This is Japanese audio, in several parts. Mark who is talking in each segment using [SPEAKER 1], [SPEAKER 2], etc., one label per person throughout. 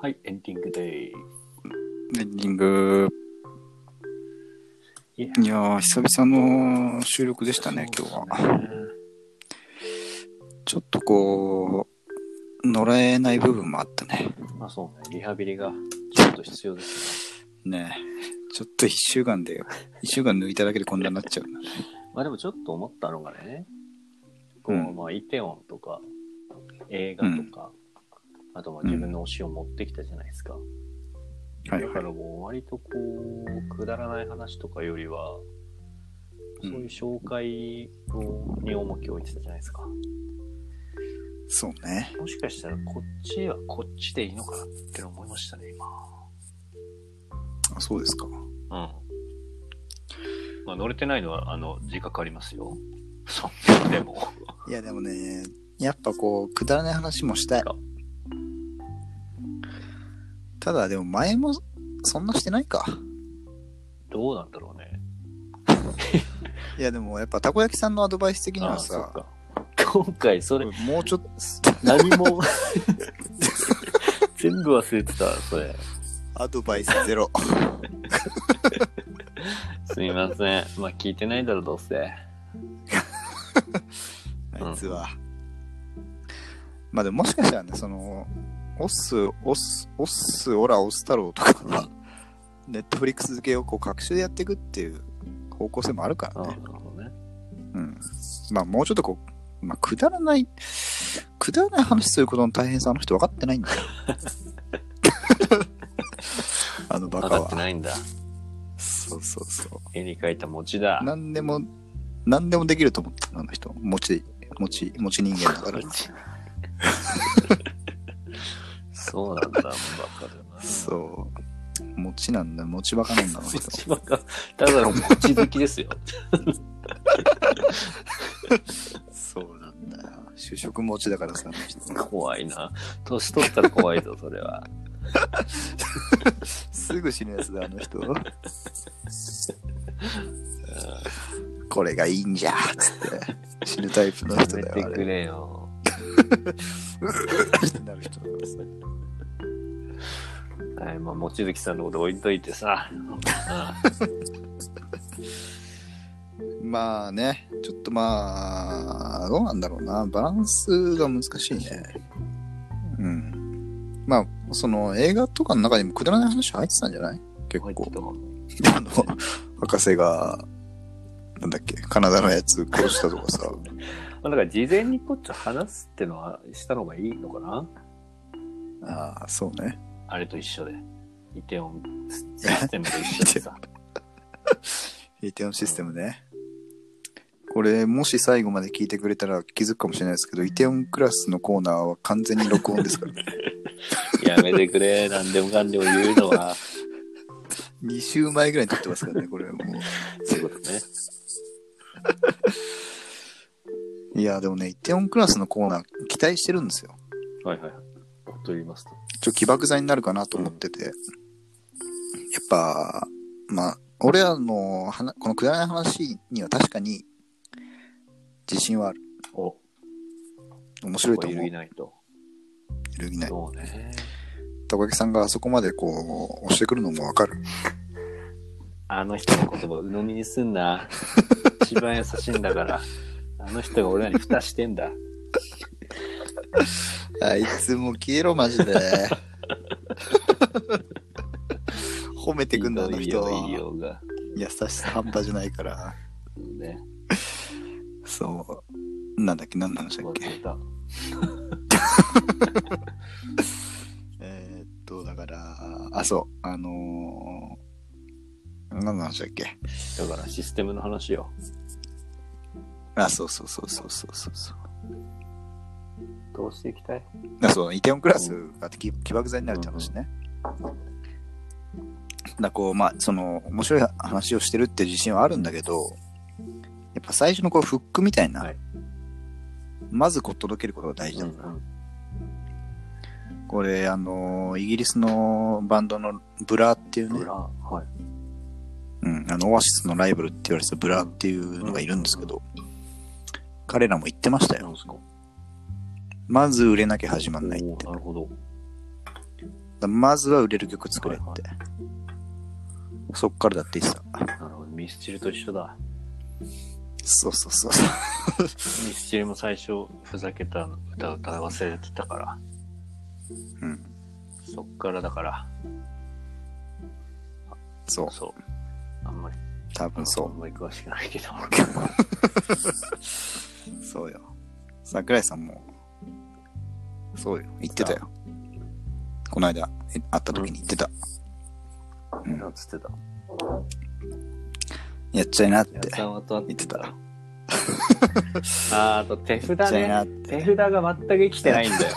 [SPEAKER 1] はい、エンディングで
[SPEAKER 2] エンディング。
[SPEAKER 1] いや
[SPEAKER 2] いやー、久々の収録でしたね、今日は。
[SPEAKER 1] は。
[SPEAKER 2] ちょっとこう、乗らえない部分もあったね。
[SPEAKER 1] まあそうね、リハビリがちょっと必要です。
[SPEAKER 2] ねえちょっと一週間で、一週間抜いただけでこんなになっちゃうな。
[SPEAKER 1] まあでもちょっと思ったのがね、こう、
[SPEAKER 2] うん
[SPEAKER 1] まあイテオンとか映画とか、あとまあ自分の推しを持ってきたじゃないですか。
[SPEAKER 2] は
[SPEAKER 1] だ
[SPEAKER 2] い
[SPEAKER 1] か
[SPEAKER 2] はい。
[SPEAKER 1] らもう割とこう、くだらない話とかよりは、
[SPEAKER 2] う
[SPEAKER 1] そう
[SPEAKER 2] ん
[SPEAKER 1] いう紹介をに重きを置いてたじゃないですか。
[SPEAKER 2] そうね。
[SPEAKER 1] もしかしたらこっちはこっちでいいのかなって思いましたね、今。
[SPEAKER 2] あそうですか。
[SPEAKER 1] うん。まあ、乗れてないのは、あの、自覚ありますよ。そう。でも。
[SPEAKER 2] いや、でもね、やっぱこう、くだらない話もしたい。ただ、でも前も、そんなしてないか。
[SPEAKER 1] どうなんだろうね。
[SPEAKER 2] いや、でもやっぱ、たこ焼きさんのアドバイス的には
[SPEAKER 1] そっ
[SPEAKER 2] さ、
[SPEAKER 1] か。今回、それ、
[SPEAKER 2] もうちょっと、
[SPEAKER 1] 何 も、全部忘れてた、それ。
[SPEAKER 2] アドバイスゼロ。
[SPEAKER 1] すみません。まあ、聞いてないだろ、どうせ。
[SPEAKER 2] あいつは。まあでももしかしたらね、その、オッス、オッス、オッス、オラ、オス太郎とかは、ネットフリックス付けをこう、各種でやっていくっていう方向性もあるか
[SPEAKER 1] う
[SPEAKER 2] ら
[SPEAKER 1] ん、な
[SPEAKER 2] ね
[SPEAKER 1] る。ほどね。
[SPEAKER 2] うん。まあもうちょっとこう、まあくだらない、くだらない話することの大変さあの人分かってないん だよ。あのバ
[SPEAKER 1] 分
[SPEAKER 2] カ
[SPEAKER 1] かって
[SPEAKER 2] は。
[SPEAKER 1] ないんだ。
[SPEAKER 2] そうそうそう。
[SPEAKER 1] 絵に描いた餅だ。
[SPEAKER 2] 何でも、何でもできると思った、あの人。餅、餅、餅人間だ から。
[SPEAKER 1] そうなんだ、バカだな。
[SPEAKER 2] そう。餅なんだ、 餅バカなんだ、あの人。
[SPEAKER 1] 餅ばっかただの餅好きですよ。
[SPEAKER 2] そうなんだよ。就職餅だからさ、あの人。
[SPEAKER 1] 怖いな。年取ったら怖い ぞ、それは。
[SPEAKER 2] すぐ死ぬやつだ、あの 人。これがいいんじゃ、つって。死ぬタイプの
[SPEAKER 1] や
[SPEAKER 2] 人
[SPEAKER 1] め
[SPEAKER 2] だ
[SPEAKER 1] て
[SPEAKER 2] よ、あ
[SPEAKER 1] く
[SPEAKER 2] れ。
[SPEAKER 1] れよ。
[SPEAKER 2] ってなる人だからさ。
[SPEAKER 1] はい、まあ、望月さんのこと置いといてさ。
[SPEAKER 2] まあね、ちょっとまあ、どうなんだろうな。バランスが難しいね。うん。まあ、その映画とかの中にもくだらない話入ってたんじゃない結
[SPEAKER 1] うん
[SPEAKER 2] 構。 あの、博士が、なんだっけ、カナダのやつ殺したとかさ。
[SPEAKER 1] まあ、だから事前にこっちを話すってのはしたのがいいのかな
[SPEAKER 2] ああ、そうね。
[SPEAKER 1] あれと一緒で。イテオンシステムと一緒で さ。
[SPEAKER 2] イテオンシステムね。これ、もし最後まで聞いてくれたら気づくかもしれないですけど、イテオンクラスのコーナーは完全に録音 ですからね。
[SPEAKER 1] やめてくれ、なんでもかんでも言うのは。
[SPEAKER 2] 2週前ぐらいに撮ってますからね、これも
[SPEAKER 1] そういうことね。
[SPEAKER 2] う。いや、でもね、イテオンクラスのコーナー期待してるんですよ。
[SPEAKER 1] はいはい。と言いますと。
[SPEAKER 2] ちょ、起爆剤になるかなと思ってて。やっぱ、まあ、俺らの話、このくだらない話には確かに自信はある。
[SPEAKER 1] お、
[SPEAKER 2] 面白いと
[SPEAKER 1] ここ揺
[SPEAKER 2] 思う
[SPEAKER 1] るぎ。ないと。
[SPEAKER 2] 揺るぎない。
[SPEAKER 1] そうね。
[SPEAKER 2] たこ焼きさんがあそこまでこう、押してくるのもわかる。
[SPEAKER 1] あの人の言葉鵜呑みにすん な。一番優しいんだから。あの人が俺らに蓋してんだ。
[SPEAKER 2] あいつも消えろ、マジで。 褒めてくんだ、あの
[SPEAKER 1] いい
[SPEAKER 2] 人
[SPEAKER 1] よ、
[SPEAKER 2] は。
[SPEAKER 1] いいよが。
[SPEAKER 2] 優しさ半端じゃないから。
[SPEAKER 1] ね。
[SPEAKER 2] そう。なんだっけ、何の話だっ
[SPEAKER 1] 忘
[SPEAKER 2] け。
[SPEAKER 1] れた。
[SPEAKER 2] えーっと、だから、あ、そう、あのー、何の話だっけ。
[SPEAKER 1] だからシステムの話よ。
[SPEAKER 2] あ、そうそうそうそうそうそうそう。
[SPEAKER 1] どうしていきたい
[SPEAKER 2] だそうイテオンクラスが起起爆剤になるって話ね。だこうまあその面白い話をしてるって自信はあるんだけどやっぱ最初のこうフックみたいな、
[SPEAKER 1] はい
[SPEAKER 2] まずこう届けることが大事だから、これあのーイギリスのバンドのブラーっていうね
[SPEAKER 1] 裏、、はい。
[SPEAKER 2] うん、あのオアシスのライブルって言われてたブラーっていうのがいるんですけど、彼らも言ってましたよ
[SPEAKER 1] なんすか
[SPEAKER 2] まず売れなきゃ始まんないって
[SPEAKER 1] おーなるほど。
[SPEAKER 2] らまずは売れる曲作れって。
[SPEAKER 1] はい
[SPEAKER 2] そっからだっていいさ。
[SPEAKER 1] なるほど。ミスチルと一緒だ。
[SPEAKER 2] そうそうそうそう。
[SPEAKER 1] ミスチルも最初、ふざけた歌を歌忘れてたから、
[SPEAKER 2] うん。
[SPEAKER 1] そっからだから、
[SPEAKER 2] そう。
[SPEAKER 1] そう。あんまり、
[SPEAKER 2] 多分
[SPEAKER 1] あん
[SPEAKER 2] そ
[SPEAKER 1] まり詳しくないけど。
[SPEAKER 2] う。そうよ。桜井さんも、そうよ。言ってたよ。この間、え会った時に言ってた。うん
[SPEAKER 1] なんつってた。
[SPEAKER 2] やっちゃいなって
[SPEAKER 1] やっ。さんはとあ
[SPEAKER 2] 言ってた。
[SPEAKER 1] あーあと手
[SPEAKER 2] やっ
[SPEAKER 1] 札
[SPEAKER 2] ちゃいな
[SPEAKER 1] ね
[SPEAKER 2] っ。て。
[SPEAKER 1] 手札が全く生きてないん だよ。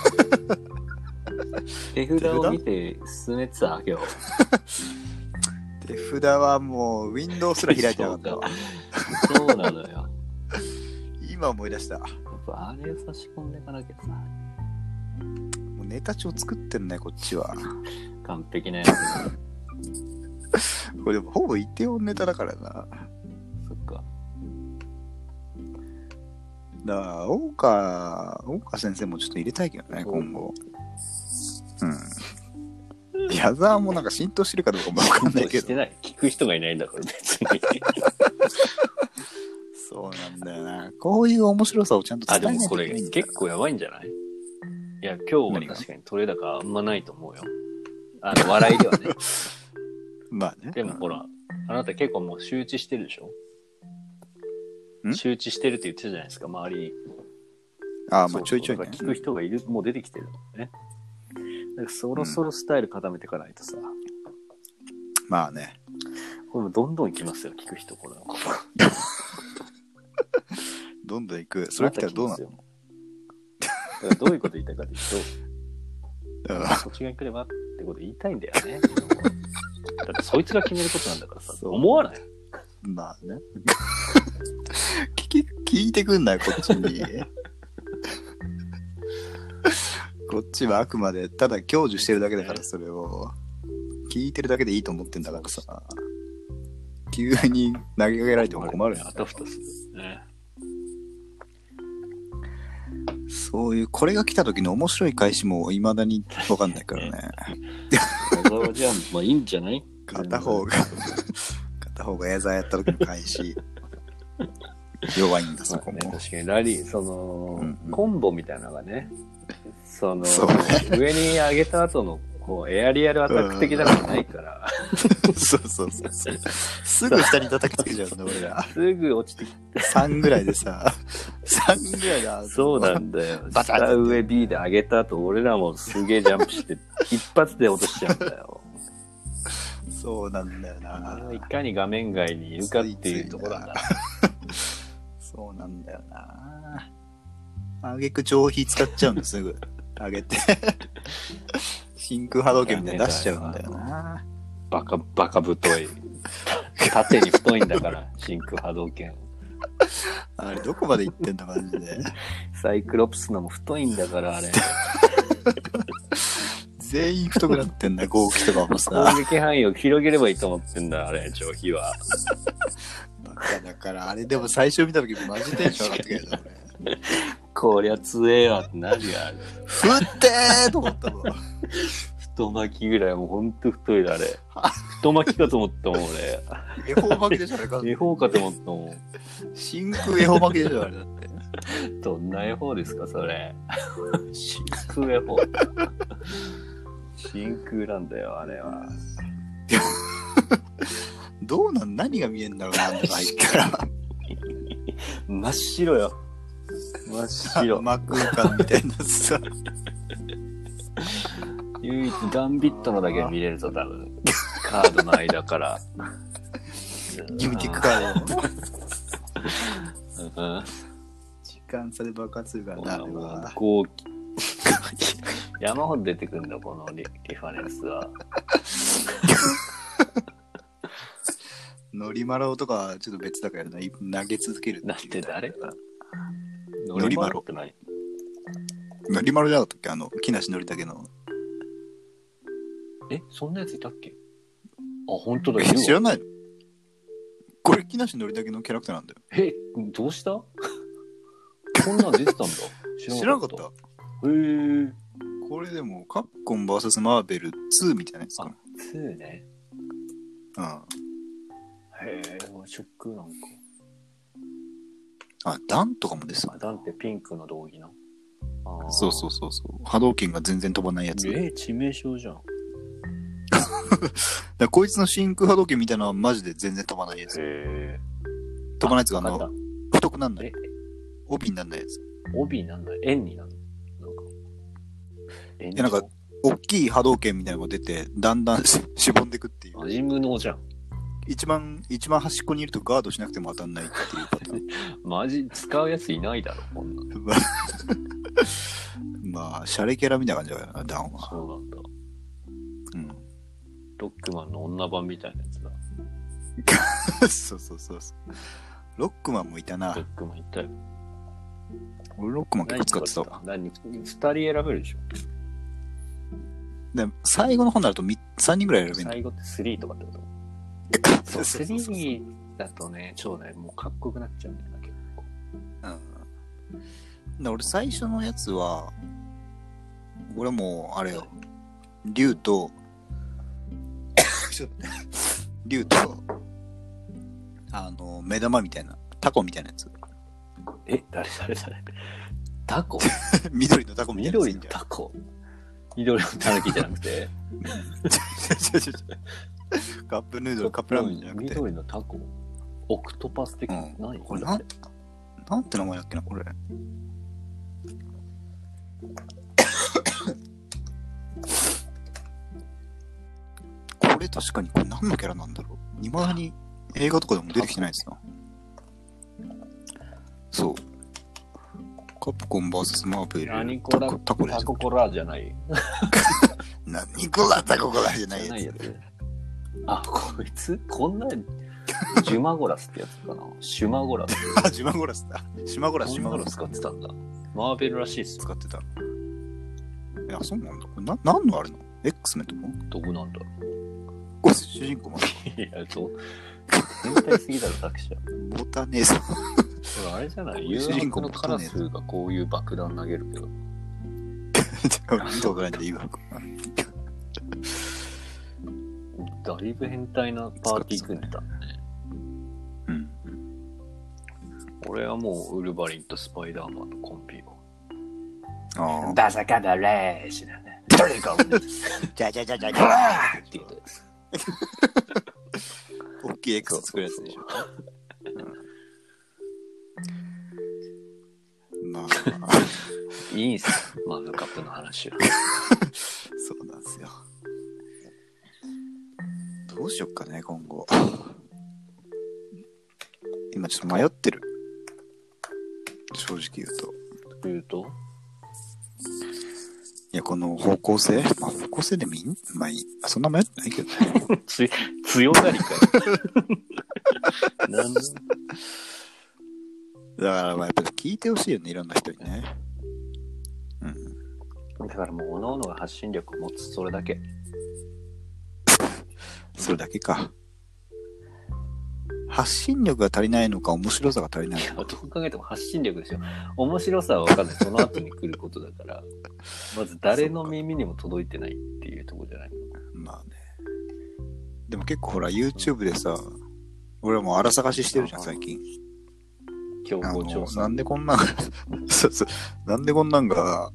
[SPEAKER 1] 手札を見て進めてた、今日。
[SPEAKER 2] 手札はもう、ウィンドウすら開いてなかったわ。
[SPEAKER 1] そうなのよ。やっ
[SPEAKER 2] 今思い出した。も
[SPEAKER 1] ぱあれを差し込んでいかなきゃさ、
[SPEAKER 2] うネタ帳作ってんね、こっちは。
[SPEAKER 1] 完璧なやつ。
[SPEAKER 2] これでもほぼイテオンネタだからな。
[SPEAKER 1] そっか。
[SPEAKER 2] だから、大川、大川先生もちょっと入れたいけどね、
[SPEAKER 1] うん
[SPEAKER 2] 今後。うん。矢沢もなんか浸透してるかどうかもわかんないけ
[SPEAKER 1] し
[SPEAKER 2] ど
[SPEAKER 1] て。ない。聞く人がいないんだから、別 に。
[SPEAKER 2] そうなんだよな。こういう面白さをちゃんと
[SPEAKER 1] あ、
[SPEAKER 2] 伝え
[SPEAKER 1] で
[SPEAKER 2] ない
[SPEAKER 1] もこと
[SPEAKER 2] い
[SPEAKER 1] れ
[SPEAKER 2] けないんだ
[SPEAKER 1] 結構やばいんじゃないいや、今日は確かに取れ高あんまないと思うよ。あの、笑いで はね。
[SPEAKER 2] まあね。
[SPEAKER 1] でもほら、あなた結構もう周知してるでしょ
[SPEAKER 2] ん
[SPEAKER 1] 周知してるって言ってたじゃないですか、周りに。
[SPEAKER 2] ああ、
[SPEAKER 1] そ
[SPEAKER 2] ま
[SPEAKER 1] う
[SPEAKER 2] あちょいちょい
[SPEAKER 1] だ
[SPEAKER 2] ね
[SPEAKER 1] から。聞く人がいる、もう出てきてるのね。だからそろそろスタイル固めていかないとさ、
[SPEAKER 2] まあね。
[SPEAKER 1] これもどんどんいきますよ、聞く人、これは。
[SPEAKER 2] どんどん行く。それ来たらどうな
[SPEAKER 1] また聞
[SPEAKER 2] る
[SPEAKER 1] きますよだからどういうこと言いたいかという
[SPEAKER 2] だ
[SPEAKER 1] と、
[SPEAKER 2] から
[SPEAKER 1] そっちが来ればってこと言いたいんだよね。だってそいつが決めることなんだからさ、
[SPEAKER 2] そう
[SPEAKER 1] 思わない
[SPEAKER 2] まあね。 聞き、聞いてくんなよ、こっちに。 こっちはあくまで、ただ享受してるだけだから、それを。聞いてるだけでいいと思ってんだからさ。急に投げかけられても困るよ
[SPEAKER 1] あたふたする。 ね。
[SPEAKER 2] そういう、これが来た時の面白い返しも未だに分かんないからね。
[SPEAKER 1] 小沢じゃあ、まあいいんじゃない
[SPEAKER 2] 片方 が、片方がエザーやった時の返し。弱いんだ、そこ
[SPEAKER 1] まあね
[SPEAKER 2] も。
[SPEAKER 1] 確かにラリーその、
[SPEAKER 2] うんうん
[SPEAKER 1] コンボみたいなのがねその
[SPEAKER 2] そうね
[SPEAKER 1] 上に上げた後のこうエアリアルアタック的なのがないから、
[SPEAKER 2] そうそうそうそう。すぐ下に叩きつけちゃうんだ、俺ら。
[SPEAKER 1] すぐ落ちてき
[SPEAKER 2] 3ぐらいでさ、3ぐらいだ。
[SPEAKER 1] てそうなんだよ
[SPEAKER 2] バタッ
[SPEAKER 1] 下上 B で上げた後俺らもすげえジャンプして一発で落としちゃうんだよ
[SPEAKER 2] そうなんだよ
[SPEAKER 1] あ
[SPEAKER 2] な
[SPEAKER 1] のい。かに画面外にいるかっていうところなんだ
[SPEAKER 2] そうなんだよな。あげく上皮使っちゃうんだ、すぐ。あげて。真空波動拳みたいに出しちゃうんだよな。
[SPEAKER 1] バカバカ太い縦に太いんだ から真空波動拳
[SPEAKER 2] あれ、どこまで行ってんだ、マジで。
[SPEAKER 1] サイクロプスのも太いんだからあれ
[SPEAKER 2] 全員太くなってんだ、合気とかもさ
[SPEAKER 1] 攻。撃範囲を広げればいいと思ってんだ、あれ、上皮は。
[SPEAKER 2] バカだから、あれでも最初見た時マジテンション上がったけど、俺。
[SPEAKER 1] こりゃ強えわってなるよ、あれ。
[SPEAKER 2] ふってーと思ったもん。
[SPEAKER 1] 太巻きぐらい、もうほんと太いだ、あれ。太巻きかと思ったもん、
[SPEAKER 2] 恵方巻きでしょ、あれ完全
[SPEAKER 1] 俺。
[SPEAKER 2] に
[SPEAKER 1] 恵方かと思ったもん。
[SPEAKER 2] 真空恵方巻きでしょ、あれ。
[SPEAKER 1] どんな恵方ですか、そ れ。真空恵方。真空なんだよ、あれは。
[SPEAKER 2] どうなん何が見えんだろうな、あんな入ったら。
[SPEAKER 1] 真っ白よ。真っ 白。
[SPEAKER 2] 真空管みたいなさ。
[SPEAKER 1] 唯一ガンビットのだけ見れるぞ、多分。カードの間から。
[SPEAKER 2] ギムティックカードの。
[SPEAKER 1] うん
[SPEAKER 2] 時間差で爆発するからな、あれは。
[SPEAKER 1] こう山ほど出てくるんだこのリリファレンスは
[SPEAKER 2] ノリマロとかはちょっと別だからな、投げ続ける
[SPEAKER 1] なって誰
[SPEAKER 2] ノリマロ
[SPEAKER 1] ってない
[SPEAKER 2] ノリマロじゃなかったっけあの、木梨憲武の。
[SPEAKER 1] えそんなやついたっけあ本当だいるわ
[SPEAKER 2] 知らないのこれ木梨憲武のキャラクターなんだよ。
[SPEAKER 1] えどうしたこんなん出てたんだ
[SPEAKER 2] 知らなかった
[SPEAKER 1] へえ
[SPEAKER 2] これでも、カプコン VS マーベル2みたいなやつか
[SPEAKER 1] 2ね。
[SPEAKER 2] な。うん。
[SPEAKER 1] へえ、ショックなんか。
[SPEAKER 2] あ、ダンとかもですよ
[SPEAKER 1] あ、。ダンってピンクの道着な。あ。
[SPEAKER 2] そうそううそうそう。波動拳が全然飛ばないやつ。
[SPEAKER 1] え
[SPEAKER 2] だか
[SPEAKER 1] ー、致命傷じゃん。
[SPEAKER 2] らこいつの真空波動拳みたいなのはマジで全然飛ばないやつ。
[SPEAKER 1] へえ。
[SPEAKER 2] 飛ばないやつがあ
[SPEAKER 1] わかった
[SPEAKER 2] の、。太くなんない
[SPEAKER 1] え。、
[SPEAKER 2] 帯になんないやつ。
[SPEAKER 1] 帯なんだ。円になるのなんか。円
[SPEAKER 2] やなんか、大きい波動拳みたいなのが出て、だんだん しぼんでくっていう。
[SPEAKER 1] 味無能じゃん。
[SPEAKER 2] 一番、一番端っこにいるとガードしなくても当たんないっていうパターン。
[SPEAKER 1] マジ、使うやついないだろ、こんなの。
[SPEAKER 2] まあ、シャレキャラみたいな感じだよな、ダンは。
[SPEAKER 1] そうなんだ。
[SPEAKER 2] うん。
[SPEAKER 1] ロックマンの女版みたいなやつだ。
[SPEAKER 2] そうそうそうそう。ロックマンもいた
[SPEAKER 1] ロッ
[SPEAKER 2] な。
[SPEAKER 1] クマン一体。
[SPEAKER 2] 俺ロックマン結構使ってたわ。
[SPEAKER 1] 何二人選べるでしょ。
[SPEAKER 2] でも最後の方になると3人ぐらい選べるんだ
[SPEAKER 1] 最後って3とかって ことそう、
[SPEAKER 2] そうそうそう
[SPEAKER 1] 3だとね、超ね、もうかっこよくなっちゃうんだよな、結構。
[SPEAKER 2] うん。で俺最初のやつは、俺もう、あれよ、竜と、ちょっと待って竜と、あの、目玉みたいな、タコみたいなやつ。
[SPEAKER 1] え、誰誰誰タコ
[SPEAKER 2] 緑のタコみたいなやつ
[SPEAKER 1] 緑のタコ緑のタヌキじゃなくて、
[SPEAKER 2] 違う違う違うカップヌードル、カップラーメンじゃなくて、
[SPEAKER 1] 緑のタコオクトパス的な、
[SPEAKER 2] うん
[SPEAKER 1] 何
[SPEAKER 2] これなん
[SPEAKER 1] だって
[SPEAKER 2] なんて名前だっけな、これ。 これ確かに、これ何のキャラなんだろう。いまだに映画とかでも出てきてないですな。そう。カプコン VS マーベ
[SPEAKER 1] 何
[SPEAKER 2] ル、
[SPEAKER 1] コ
[SPEAKER 2] タ
[SPEAKER 1] ラ
[SPEAKER 2] コタコです
[SPEAKER 1] タ。ココラじゃない。
[SPEAKER 2] 何コラタココラじゃない
[SPEAKER 1] じゃな
[SPEAKER 2] や
[SPEAKER 1] い
[SPEAKER 2] つ
[SPEAKER 1] や。つ。あ、こいつこんな、ジュマゴラスってやつかな。シュマゴラス。
[SPEAKER 2] あ、シマゴラスだ。シマゴラス、
[SPEAKER 1] シ
[SPEAKER 2] シ
[SPEAKER 1] ュ
[SPEAKER 2] マ
[SPEAKER 1] マ
[SPEAKER 2] ゴ
[SPEAKER 1] ゴ
[SPEAKER 2] ラ
[SPEAKER 1] ラ
[SPEAKER 2] ス
[SPEAKER 1] ス使ってたんだ。マーベルらしいっすよ。
[SPEAKER 2] 使ってた。いや、そうなんだ。これな、何のあれの ?X メンとか
[SPEAKER 1] どこなんだ
[SPEAKER 2] これ主人公も
[SPEAKER 1] いや、そう。変態すぎだろ、作者。
[SPEAKER 2] ボタネーさん。
[SPEAKER 1] ほら、あれじゃない
[SPEAKER 2] 主
[SPEAKER 1] 遊
[SPEAKER 2] 人
[SPEAKER 1] 郭
[SPEAKER 2] 公
[SPEAKER 1] のカラスがこういう爆弾投げるけど。
[SPEAKER 2] 見たことないんで、言うわ
[SPEAKER 1] だいぶ変態なパーティー組んでたね。
[SPEAKER 2] うん。
[SPEAKER 1] 俺はもうウルヴァリンとスパイダーマンのコンビを。
[SPEAKER 2] あ
[SPEAKER 1] ダサカダレーシなんだ。トリコンです
[SPEAKER 2] あ。じゃじゃじゃじゃじ
[SPEAKER 1] っ
[SPEAKER 2] ゃ
[SPEAKER 1] て言ったやつ。
[SPEAKER 2] 大きい X 作るやつでしょ。まあ、
[SPEAKER 1] いいんすよ、マグカップの話は。
[SPEAKER 2] そうなんですよ。どうしよっかね、今後。今ちょっと迷ってる。正直言うと。
[SPEAKER 1] 言うと、
[SPEAKER 2] いや、この方向性、まあ、方向性でもいいまあいい。そんな迷ってないけどね。
[SPEAKER 1] つ強がりかよ。なんで
[SPEAKER 2] だから、まあ、やっぱり聞いてほしいよね、いろんな人にね。うん。
[SPEAKER 1] だからもう、各々が発信力を持つ、それだけ。
[SPEAKER 2] それだけか。発信力が足りないのか、面白さが足りない
[SPEAKER 1] いや、
[SPEAKER 2] の
[SPEAKER 1] どう
[SPEAKER 2] か。
[SPEAKER 1] 考えても発信力ですよ。面白さは分かんない。その後に来ることだから、まず誰の耳にも届いてないっていうところじゃない。
[SPEAKER 2] まあね。でも結構ほら、YouTube でさ、俺はもう荒探ししてるじゃん、最近。
[SPEAKER 1] 競
[SPEAKER 2] あ
[SPEAKER 1] 合
[SPEAKER 2] の
[SPEAKER 1] 調、査
[SPEAKER 2] なんでこんなん、 そうそう、なんでこんなんが、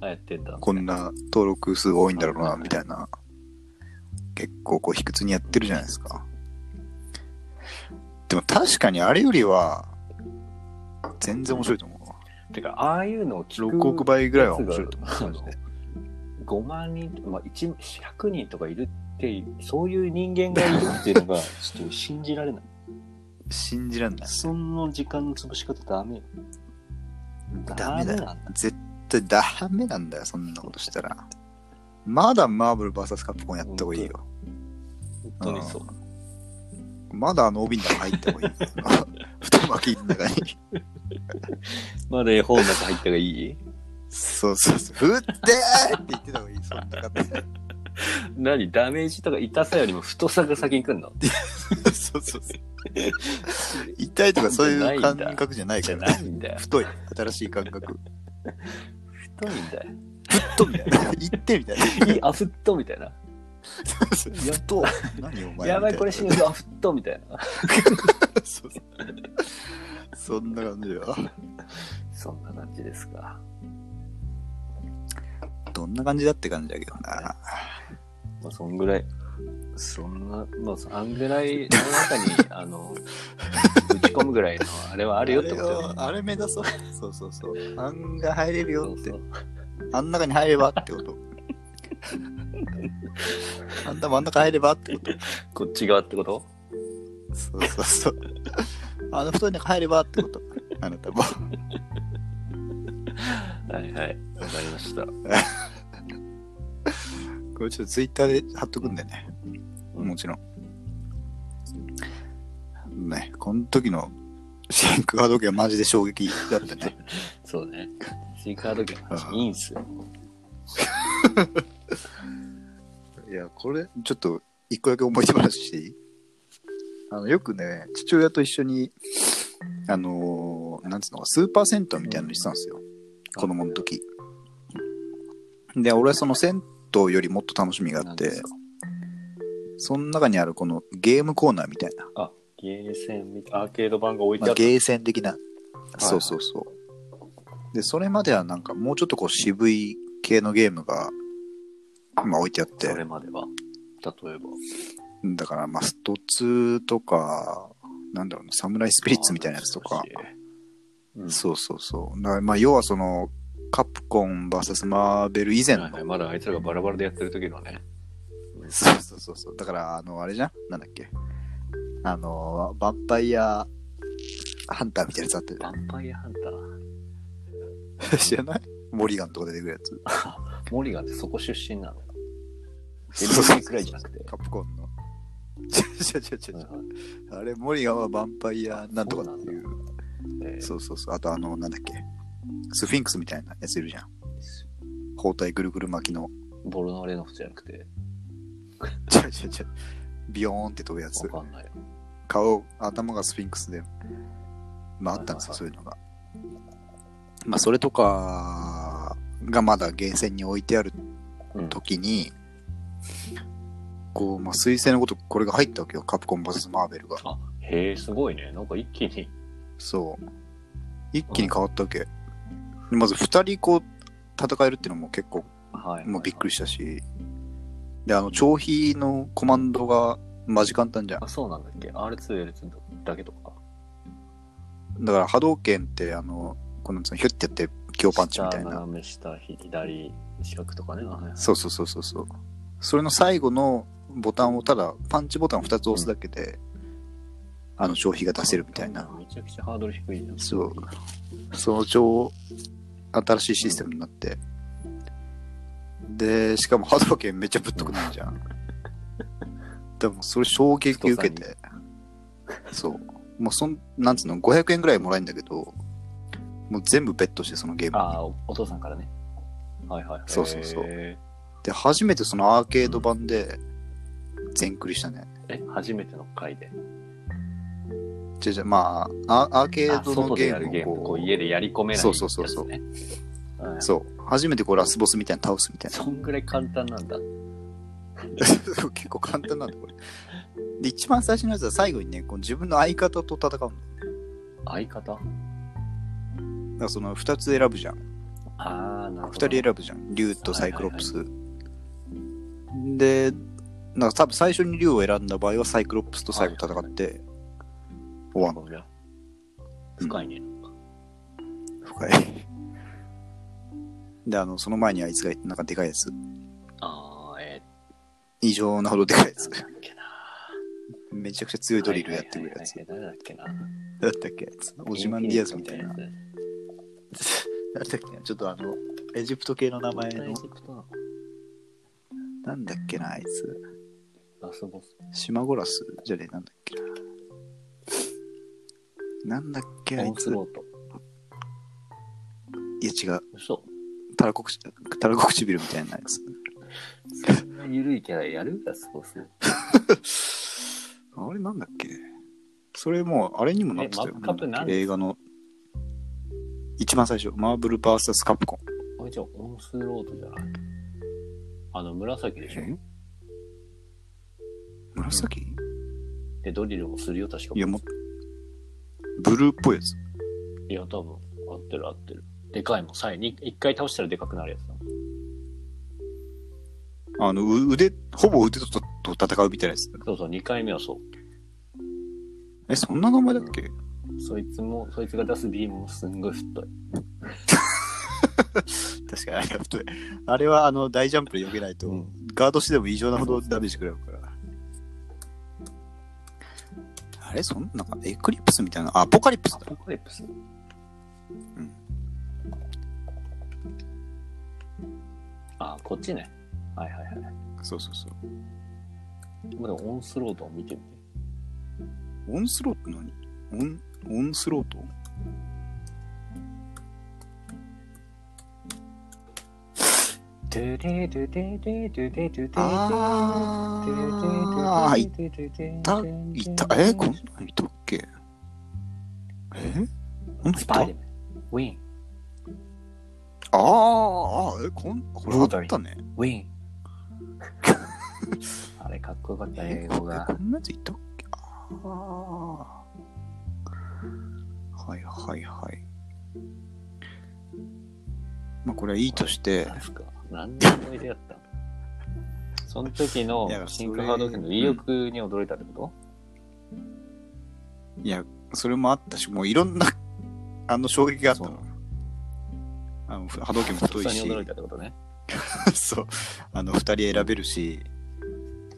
[SPEAKER 1] 流行ってんだ。
[SPEAKER 2] こんな登録数多いんだろうな、みたいな。結構こう、卑屈にやってるじゃないですか。でも確かにあれよりは、全然面白いと思うわ。
[SPEAKER 1] てか、ああいうのを聞
[SPEAKER 2] 6億
[SPEAKER 1] く
[SPEAKER 2] 倍ぐらいは面白いと思
[SPEAKER 1] あ
[SPEAKER 2] う。マジ
[SPEAKER 1] の
[SPEAKER 2] で
[SPEAKER 1] 5万人、まあ、1 100人とかいるっていう、そういう人間がいるっていうのが、ちょっと信じられない。
[SPEAKER 2] 信じらんな い。
[SPEAKER 1] その時間の潰し方ダメよ。
[SPEAKER 2] ダメだよ
[SPEAKER 1] なんだ。
[SPEAKER 2] 絶対ダメなんだよ、そんなことしたら。まだマーブル VS カプコンやった方がいいよ。
[SPEAKER 1] 本当にそう。
[SPEAKER 2] まだあの帯の中入った方がいい。 太巻きの中に。
[SPEAKER 1] まだ絵本の中入った方がいい
[SPEAKER 2] そうそうそう。振ってーって言ってた方がいい。そんな感
[SPEAKER 1] 何ダメージとか痛さよりも太さが先に来るの
[SPEAKER 2] じ。そうそうそう。痛いとかそういう感覚じゃない
[SPEAKER 1] じ
[SPEAKER 2] か
[SPEAKER 1] ゃ
[SPEAKER 2] ら
[SPEAKER 1] な
[SPEAKER 2] ね。
[SPEAKER 1] いんだよ。
[SPEAKER 2] 太い。新しい感覚。
[SPEAKER 1] 太いんだよ。
[SPEAKER 2] っとみたいな。行ってみたいな。
[SPEAKER 1] いい、あ、ふっとみたい な。
[SPEAKER 2] ふっと、何お前みたな
[SPEAKER 1] やばい、これ死ぬぞ、あ、ふっとみたいな。
[SPEAKER 2] そうそうそんな感じよ。
[SPEAKER 1] そんな感じですか。
[SPEAKER 2] どんな感じだって感じだけどな。
[SPEAKER 1] まあ、そんぐらい。そんな、まあ、そあんぐらいの中に、あ の、打ち込むぐらいの、あれはあ
[SPEAKER 2] あ
[SPEAKER 1] るよってこと
[SPEAKER 2] れ
[SPEAKER 1] よ
[SPEAKER 2] を
[SPEAKER 1] ね。
[SPEAKER 2] あれ目指そう。そうそ うそう。あんが入れる
[SPEAKER 1] そ
[SPEAKER 2] よ
[SPEAKER 1] う
[SPEAKER 2] って
[SPEAKER 1] そ。う
[SPEAKER 2] あん中に入ればってこと。あんた真ん中入ればってこと。
[SPEAKER 1] こっち側ってこと
[SPEAKER 2] そうそうそう。あの布団に入ればってこと。あなたも。
[SPEAKER 1] はいはい。わかりました。
[SPEAKER 2] これちょっとツイッターで貼っとくんでね。もちろん。ね、この時のシンク波動拳はマジで衝撃だったね。
[SPEAKER 1] そうね。シーカード券いいんすよ。
[SPEAKER 2] いや、これ、ちょっと、一個だけ思い出話していいあの、よくね、父親と一緒に、あのーなんつうのか、スーパー銭湯みたいなのにしてたんですよ。子供の時。で、俺はその銭湯よりもっと楽しみがあ
[SPEAKER 1] な
[SPEAKER 2] っ
[SPEAKER 1] んです
[SPEAKER 2] て
[SPEAKER 1] よ、
[SPEAKER 2] その中にあるこのゲームコーナーみたいな、
[SPEAKER 1] ゲーセンみたい、アーケード版が置いて
[SPEAKER 2] ま
[SPEAKER 1] あ
[SPEAKER 2] あ、
[SPEAKER 1] った。
[SPEAKER 2] ゲーセン的な、
[SPEAKER 1] い
[SPEAKER 2] そうそうそう。で、それまではなんかもうちょっとこう渋い系のゲームが、まあ置いてあって。
[SPEAKER 1] それまでは。例えば。
[SPEAKER 2] だから、まあ、スト2とか、なんだろうな、サムライスピリッツみたいなやつとか、
[SPEAKER 1] うん
[SPEAKER 2] そうそうそう。だからまあ、要はその、カプコン VS マーベル以前の、
[SPEAKER 1] はいはいまだあいつらがバラバラでやってる時のね。
[SPEAKER 2] そうそうそうそう。だから、あの、あれじゃんなんだっけあの、ヴァンパイアハンターみたいなやつあったじ
[SPEAKER 1] ヴァンパイアハンター。
[SPEAKER 2] ゃん。知らないモリガンとか出てくるやつ。
[SPEAKER 1] モリガンってそこ出身なの
[SPEAKER 2] そうそう
[SPEAKER 1] ?LG くらいじゃなくて。
[SPEAKER 2] カプコンの。ちょちょちょちょちょ。 あれ、モリガンはヴァンパイアなんとかっていう。
[SPEAKER 1] えー
[SPEAKER 2] そうそうそう。あと、あの、なんだっけスフィンクスみたいなやついるじゃん。包帯ぐるぐる巻 きの。
[SPEAKER 1] ボルノレノフじゃなくて、
[SPEAKER 2] ちゃうちゃうちゃう。ビヨーンって飛ぶやつ。
[SPEAKER 1] わかんないよ。
[SPEAKER 2] 顔、頭がスフィンクスで。まああったんですよ、
[SPEAKER 1] はい
[SPEAKER 2] そういうのが。まあそれとかがまだゲーセンに置いてある
[SPEAKER 1] うん
[SPEAKER 2] 時に、こう、まあ彗星のことこれが入ったわけよ、カプコン VS マーベルが。
[SPEAKER 1] あ、へえ、すごいね。なんか一気に。
[SPEAKER 2] そう。一気に変わったわけ。まず二人こう、戦えるっていうのも結構
[SPEAKER 1] はい。
[SPEAKER 2] もうびっくりしたし、で、あの、長飛のコマンドがマジ簡単じゃん
[SPEAKER 1] あ、。そうなんだっけ ?R2、L2 だけとか。
[SPEAKER 2] だから波動拳ってあのこのヒュッてやって強パンチみたい
[SPEAKER 1] 下
[SPEAKER 2] な
[SPEAKER 1] 斜め下、左、四角とかね。あはいはい
[SPEAKER 2] そうそうそうそうそうそれの最後のボタンをただパンチボタンを2つ押すだけで、あの消費が出せるみたいな
[SPEAKER 1] めちゃくちゃハードル低いじゃん。
[SPEAKER 2] そうその超新しいシステムになってでしかも波動拳めっちゃぶっとくないじゃんでもそれ衝撃受けてそうもうそんなんつうの500円ぐらいもらえるんだけどもう全部ベットしてそのゲームに
[SPEAKER 1] ああ、おお父さんからね。はいはい。
[SPEAKER 2] そうそうそう
[SPEAKER 1] へ
[SPEAKER 2] で、初めてそのアーケード版で全クリしたね。
[SPEAKER 1] え。え、初めての回で。
[SPEAKER 2] じゃじゃ、まあ、アアーケ
[SPEAKER 1] あ
[SPEAKER 2] ードの
[SPEAKER 1] 外で
[SPEAKER 2] ゲ
[SPEAKER 1] やるゲ
[SPEAKER 2] ー
[SPEAKER 1] ーム、
[SPEAKER 2] ム
[SPEAKER 1] こ
[SPEAKER 2] をこ
[SPEAKER 1] う
[SPEAKER 2] う、
[SPEAKER 1] 家でやり込めないやつ、ね。
[SPEAKER 2] そうそうそうそう
[SPEAKER 1] はい
[SPEAKER 2] そう、初めてこうラスボスみたいなの倒すみたいな。
[SPEAKER 1] そんぐらい簡単なんだ。
[SPEAKER 2] 結構簡単なんだ、これ。で、一番最初のやつは最後にね、こう自分の相方と戦うんだ。
[SPEAKER 1] 相方
[SPEAKER 2] だからその2つ選ぶじゃん。
[SPEAKER 1] ああ、なるほ
[SPEAKER 2] 2
[SPEAKER 1] ど。
[SPEAKER 2] 人選ぶじゃん。竜とサイクロプス。で、なんか多分最初に竜を選んだ場合はサイクロプスと最後戦って、終わんの
[SPEAKER 1] こりゃ深いね。
[SPEAKER 2] 深い。で、あの、その前にあいつが、なんかでかいやつ。
[SPEAKER 1] ああ、え
[SPEAKER 2] 異常なほどでかいやつ
[SPEAKER 1] ー、。なんだっけな。
[SPEAKER 2] めちゃくちゃ強いドリルやってくるやつ。
[SPEAKER 1] はいはいはいはい誰だっけな。
[SPEAKER 2] だったっけオジマン・ディアスみたいな。なんだったっけちょっとあの、エジプト系の名前の
[SPEAKER 1] エジ、プトなの
[SPEAKER 2] なんだっけな、あいつ。
[SPEAKER 1] ラスボス。
[SPEAKER 2] シマゴラスじゃねえ、なんだっけな。なんだっけ、あ
[SPEAKER 1] オ
[SPEAKER 2] い
[SPEAKER 1] ンス
[SPEAKER 2] つ。
[SPEAKER 1] ロート。
[SPEAKER 2] いや、違う。
[SPEAKER 1] 嘘。
[SPEAKER 2] タラコクチ、タラコ唇みたいなやつ。
[SPEAKER 1] そんな緩いキャラやるラスボス。
[SPEAKER 2] あれなんだっけそれもう、あれにもなってたよ
[SPEAKER 1] えマッ。プ
[SPEAKER 2] なんだっけ
[SPEAKER 1] 何
[SPEAKER 2] 映画の、一番最初、マーブル VS カプコン。
[SPEAKER 1] えれじゃオンスロードじゃないあの、紫でしょ
[SPEAKER 2] え紫
[SPEAKER 1] で、ドリルもするよ、確か。
[SPEAKER 2] いや、もっブルーっぽいやつ。
[SPEAKER 1] いや、多分、合ってる合ってる。でかいもん、サイに一回倒したらでかくなるやつだ。
[SPEAKER 2] あの、う腕、ほぼ腕ととと戦うみたいなやつ。
[SPEAKER 1] そうそう、二回目はそう。
[SPEAKER 2] え、そんな名前だっけ
[SPEAKER 1] そいつも、そいつが出すビームもすんごい太い。
[SPEAKER 2] 確かにあれは太い。あれはあの大ジャンプで避けないと、
[SPEAKER 1] うん
[SPEAKER 2] ガードしてでも異常なほどダメージ食らうから。あれそんなんかエクリプスみたいな。あアポカリプスだ。
[SPEAKER 1] ポカリプス
[SPEAKER 2] ん
[SPEAKER 1] あ、こっちね。はいはいはい。
[SPEAKER 2] そうそうそう。
[SPEAKER 1] まあでもオンスロードを見てみて。
[SPEAKER 2] オンスロート何オン、オンスロート
[SPEAKER 1] ドゥレドゥレドゥレドゥレドゥレ
[SPEAKER 2] あー、いた、いた、えこんなんいたっけえこんなんい
[SPEAKER 1] ス
[SPEAKER 2] た
[SPEAKER 1] パイダーマン。ウィン、
[SPEAKER 2] あーあー、え、こん、これあったね。
[SPEAKER 1] ウィ ン。あれかっこよかったね、英
[SPEAKER 2] え、
[SPEAKER 1] 語
[SPEAKER 2] こ
[SPEAKER 1] が
[SPEAKER 2] え。こんなやついたっけああ。はいはいはい。まあこれはいいとして、
[SPEAKER 1] なんすか何の思い出だったのその時の
[SPEAKER 2] いや
[SPEAKER 1] シンクハードオフの威力に驚いたってこ
[SPEAKER 2] いや、それもあったし、もういろんな、あの衝撃があ
[SPEAKER 1] と
[SPEAKER 2] った
[SPEAKER 1] そう
[SPEAKER 2] の。あの、波動拳も太い
[SPEAKER 1] それに
[SPEAKER 2] し
[SPEAKER 1] 驚い、たってことね。
[SPEAKER 2] そう、あの、二人選べるし、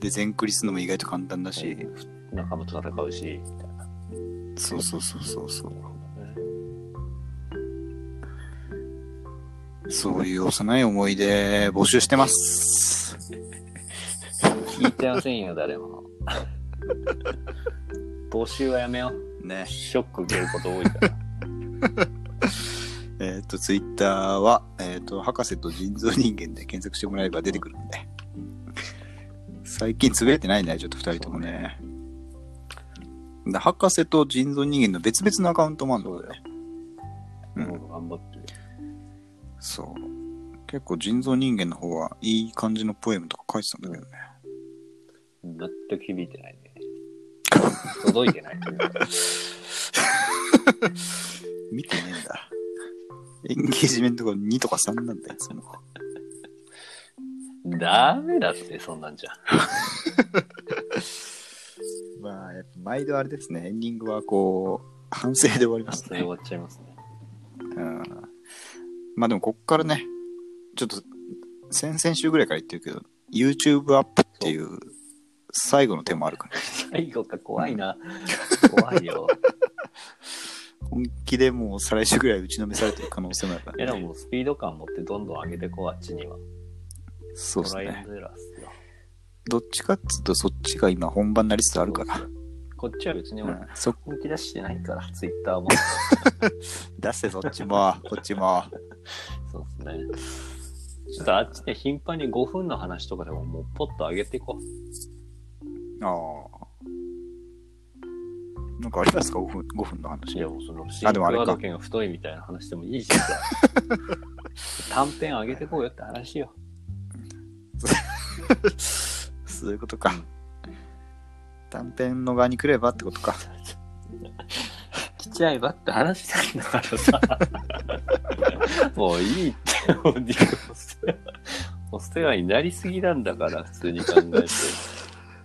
[SPEAKER 2] で、全クリするのも意外と簡単だし、
[SPEAKER 1] 仲間と戦うし、みたいな。
[SPEAKER 2] そうそうそうそうそう。そういう幼い思い出募集してます。
[SPEAKER 1] 聞いてませんよ、誰 も。募集はやめよう。
[SPEAKER 2] ね。
[SPEAKER 1] ショック受けること多いから。
[SPEAKER 2] えっ、と、ツイッターは、えっ、と、博士と人造人間で検索してもらえば出てくるんで。最近滑れてないね、ちょっと二人ともね。だ博士と人造人間の別々のアカウントもあるんだよね。 う
[SPEAKER 1] も
[SPEAKER 2] ん、
[SPEAKER 1] う頑張ってる。
[SPEAKER 2] そう。結構人造人間の方はいい感じのポエムとか書いてたんだけどね。
[SPEAKER 1] 全く響いてないね。届いてないというか。
[SPEAKER 2] 見てねえん だ。エンゲージメントが2とか3なんだよ、いつも。
[SPEAKER 1] ダメだって、そんなんじゃ。
[SPEAKER 2] まあ、やっぱ毎度あれですね、エンディングはこう、反省で終わりま
[SPEAKER 1] そ
[SPEAKER 2] す
[SPEAKER 1] れ終
[SPEAKER 2] ね。
[SPEAKER 1] わっちゃいますね。
[SPEAKER 2] うん、まあでも、こっからね、ちょっと、先々週ぐらいから言ってるけど、YouTube アップっていう最後の手もあるから、
[SPEAKER 1] 最後が怖いな。怖いよ。
[SPEAKER 2] 本気でもう再来週ぐらい打ちのめされてる可能性もあるか
[SPEAKER 1] えで
[SPEAKER 2] ら、
[SPEAKER 1] も
[SPEAKER 2] ね。
[SPEAKER 1] もうスピード感持ってどんどん上げてこうあっちにはト
[SPEAKER 2] そうです
[SPEAKER 1] ライア
[SPEAKER 2] ね
[SPEAKER 1] ン。ドエラーっすよ
[SPEAKER 2] どっちかっつうと、そっちが今本番になりつつあるから。
[SPEAKER 1] こっちは別に
[SPEAKER 2] う
[SPEAKER 1] 俺
[SPEAKER 2] ん、そ
[SPEAKER 1] 本気出してないからツイッターも
[SPEAKER 2] 出せ、そっちも、こっちも。
[SPEAKER 1] そうですねちょっとあっちで頻繁に5分の話とかでももうポッと上げていこう
[SPEAKER 2] ああ。なんかありますか ?5 分、5分の話。
[SPEAKER 1] いやもうそのシン
[SPEAKER 2] あ
[SPEAKER 1] ク
[SPEAKER 2] で
[SPEAKER 1] ワ
[SPEAKER 2] もあれか
[SPEAKER 1] ード券が太いみたいな話でもいいしさ短編上げてこうよって話よ
[SPEAKER 2] そういうことか。短編の側に来ればってこと か。
[SPEAKER 1] 来ちゃえばって話なんだからさもういいってもうお世話になりすぎなんだから普通に考えて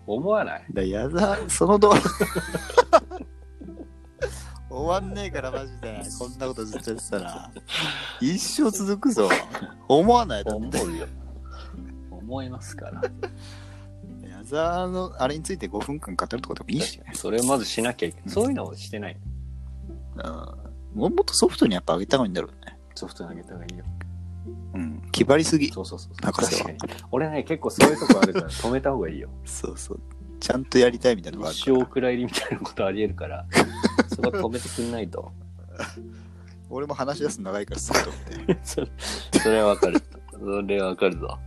[SPEAKER 1] 思わない
[SPEAKER 2] だやだ、そのドア。 終わんねえから、マジで。こんなことずっとやってたら。一生続くぞ。思わないだ
[SPEAKER 1] 思
[SPEAKER 2] って。
[SPEAKER 1] うよ思いますから
[SPEAKER 2] 矢沢の、あれについて5分間語るとかでもいいしね。
[SPEAKER 1] それをまずしなきゃいけないそういうのをしてない
[SPEAKER 2] うん。もうもっとソフトにやっぱ上げた方がいいんだろうね。
[SPEAKER 1] ソフト投げた方がいいよ
[SPEAKER 2] うん。気張りすぎ。
[SPEAKER 1] そうそうそう
[SPEAKER 2] 博士は
[SPEAKER 1] 確かに俺ね結構そういうとこあ るから止めた方がいいよ
[SPEAKER 2] そうそう。ちゃんとやりたいみたいなのがある
[SPEAKER 1] 一
[SPEAKER 2] か
[SPEAKER 1] 生
[SPEAKER 2] ら
[SPEAKER 1] お蔵入りみたいなことありえる からそこは止めてくんないと
[SPEAKER 2] 俺も話し出すの長いからすぐと思って。
[SPEAKER 1] それそれはわかるそれはわかるぞ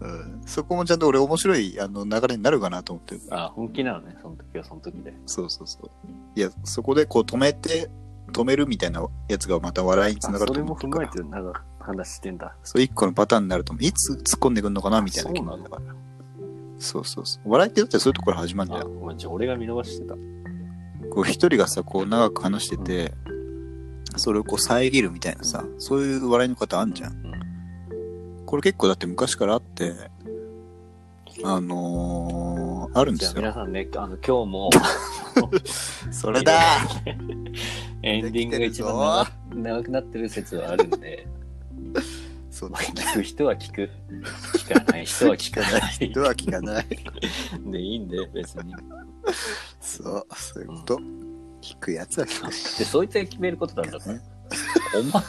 [SPEAKER 2] うん。そこもちゃんと俺面白いあの流れになるかなと思ってるから。
[SPEAKER 1] あ本気なのねその時はその時で
[SPEAKER 2] そうそうそう。いや、そこでこう止めて、止めるみたいなやつがまた笑いにつなが
[SPEAKER 1] あ
[SPEAKER 2] る
[SPEAKER 1] そ
[SPEAKER 2] と
[SPEAKER 1] れ
[SPEAKER 2] 思
[SPEAKER 1] も
[SPEAKER 2] って
[SPEAKER 1] 踏
[SPEAKER 2] るか
[SPEAKER 1] まえ
[SPEAKER 2] ら
[SPEAKER 1] て。る長かっ話してんだ。
[SPEAKER 2] そう、一個のパターンになると思う、いつ突っ込んでくんのかなみたいな気になるんだから。そうそうそう。笑いってだってそういうとこから始まるんだ
[SPEAKER 1] あ、
[SPEAKER 2] よ。
[SPEAKER 1] ごめん、じゃあ俺が見逃してた。
[SPEAKER 2] こう、一人がさ、こう、長く話してて、それをこう、遮るみたいなさ、そういう笑いの方あんじゃん。これ結構だって昔からあって、あのー、あるんで
[SPEAKER 1] じゃあ
[SPEAKER 2] すよ。
[SPEAKER 1] 皆さんね、あの、今日 も
[SPEAKER 2] それだ
[SPEAKER 1] エンディングが一番長長くなってる説はあるんで、
[SPEAKER 2] そう
[SPEAKER 1] ま
[SPEAKER 2] だ
[SPEAKER 1] あ聞く人は聞く。聞かない人は聞か ない。
[SPEAKER 2] ドア聞かない。
[SPEAKER 1] で、いいんだよ、別に。
[SPEAKER 2] そう、そういうこと。聞くやつは聞くし。
[SPEAKER 1] で、そいつが決めることなんだから。
[SPEAKER 2] ね
[SPEAKER 1] お前、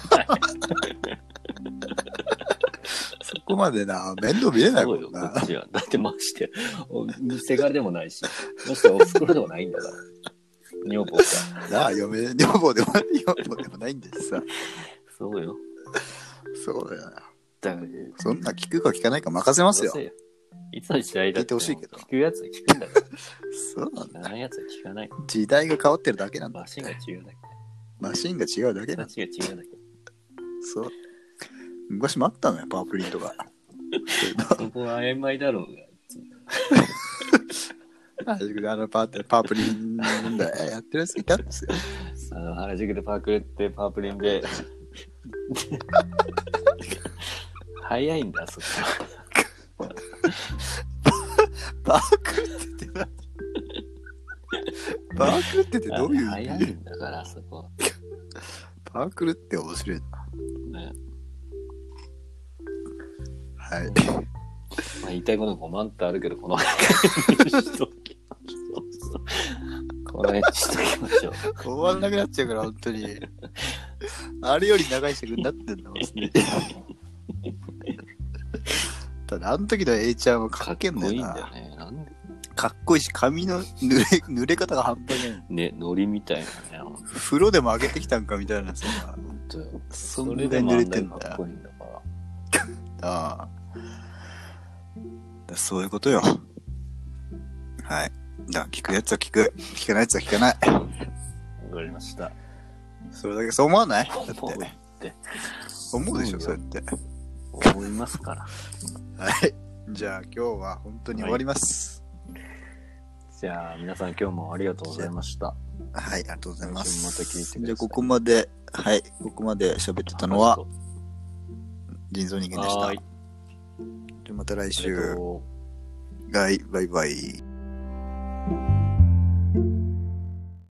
[SPEAKER 2] そこまでな、面倒見れない
[SPEAKER 1] そ
[SPEAKER 2] も
[SPEAKER 1] うんよ、こ
[SPEAKER 2] な。
[SPEAKER 1] っちは。だってまして、おせがれでもないし、そしてお袋でもないんだから。女房か。
[SPEAKER 2] なあ、嫁、女房でも、女房でもないんですさ。
[SPEAKER 1] そうよ。
[SPEAKER 2] そうだよ。
[SPEAKER 1] だから、
[SPEAKER 2] そんな聞くか聞かないか任せますよ。
[SPEAKER 1] よ。いつの時代だ
[SPEAKER 2] 聞いてほしいけど
[SPEAKER 1] 聞くやつは聞くんだから。
[SPEAKER 2] そうなん
[SPEAKER 1] 聞
[SPEAKER 2] だ。
[SPEAKER 1] かないやつは聞かない。
[SPEAKER 2] 時代が変わってるだけなんだ。
[SPEAKER 1] マシンが違うだけ。
[SPEAKER 2] マシンが違うだけなんだ。
[SPEAKER 1] 形が違うだけ。
[SPEAKER 2] そう。昔もあったのよ、パワープリン トが。
[SPEAKER 1] そこは曖昧だろうが。
[SPEAKER 2] 原宿であのパーパープリンだやってるやついたん ですよ。
[SPEAKER 1] あの原宿でパークレってパープリン で。早いんだ、そっちは。
[SPEAKER 2] パークってってな。パークってってどういう意
[SPEAKER 1] 早い
[SPEAKER 2] 味
[SPEAKER 1] んだから、そこは。
[SPEAKER 2] パークルって面白いな。
[SPEAKER 1] ね
[SPEAKER 2] は
[SPEAKER 1] ま
[SPEAKER 2] い。
[SPEAKER 1] あ、言いたいこと5万ってあるけど、この辺にしときましょう。この辺にしときましょう。
[SPEAKER 2] 終わんなくなっちゃうから、本当に。あれより長い尺になって んだもんね。ただ、あの時の A ちゃんは
[SPEAKER 1] か
[SPEAKER 2] か
[SPEAKER 1] っ
[SPEAKER 2] っ
[SPEAKER 1] こ
[SPEAKER 2] け
[SPEAKER 1] いい
[SPEAKER 2] えんだよ
[SPEAKER 1] ん
[SPEAKER 2] な。
[SPEAKER 1] だよね。なんで
[SPEAKER 2] かっこいいし、髪の濡れ 濡れ方が半端ない。
[SPEAKER 1] ね、ノリみたいなね。ほんと
[SPEAKER 2] 風呂でも上げてきたんかみたいなさ。
[SPEAKER 1] 本当よ
[SPEAKER 2] そ
[SPEAKER 1] そ
[SPEAKER 2] ん
[SPEAKER 1] れ
[SPEAKER 2] な
[SPEAKER 1] で
[SPEAKER 2] に
[SPEAKER 1] もあ
[SPEAKER 2] 濡れ
[SPEAKER 1] んな
[SPEAKER 2] てん
[SPEAKER 1] に
[SPEAKER 2] だ
[SPEAKER 1] か
[SPEAKER 2] よ
[SPEAKER 1] っこいいんだから。
[SPEAKER 2] ああ。そういうことよ。はい。だから聞くやつは聞く。聞かないやつは聞かない。
[SPEAKER 1] わかりました。
[SPEAKER 2] それだけそう思わないだって。
[SPEAKER 1] 思う
[SPEAKER 2] 思うでしょ、
[SPEAKER 1] 思
[SPEAKER 2] そう
[SPEAKER 1] よ
[SPEAKER 2] うやって。
[SPEAKER 1] 思いますから。
[SPEAKER 2] はい。じゃあ今日は本当に終わります。
[SPEAKER 1] じゃあ、皆さん今日もありがとうございました。
[SPEAKER 2] はい、ありがとうございます。
[SPEAKER 1] また聞いてください
[SPEAKER 2] じゃあここまで、はい、ここまで喋ってたのは人造人間でした。
[SPEAKER 1] はーい
[SPEAKER 2] じゃあまた来
[SPEAKER 1] ありが
[SPEAKER 2] 週
[SPEAKER 1] と。う。
[SPEAKER 2] はい、バイバイ。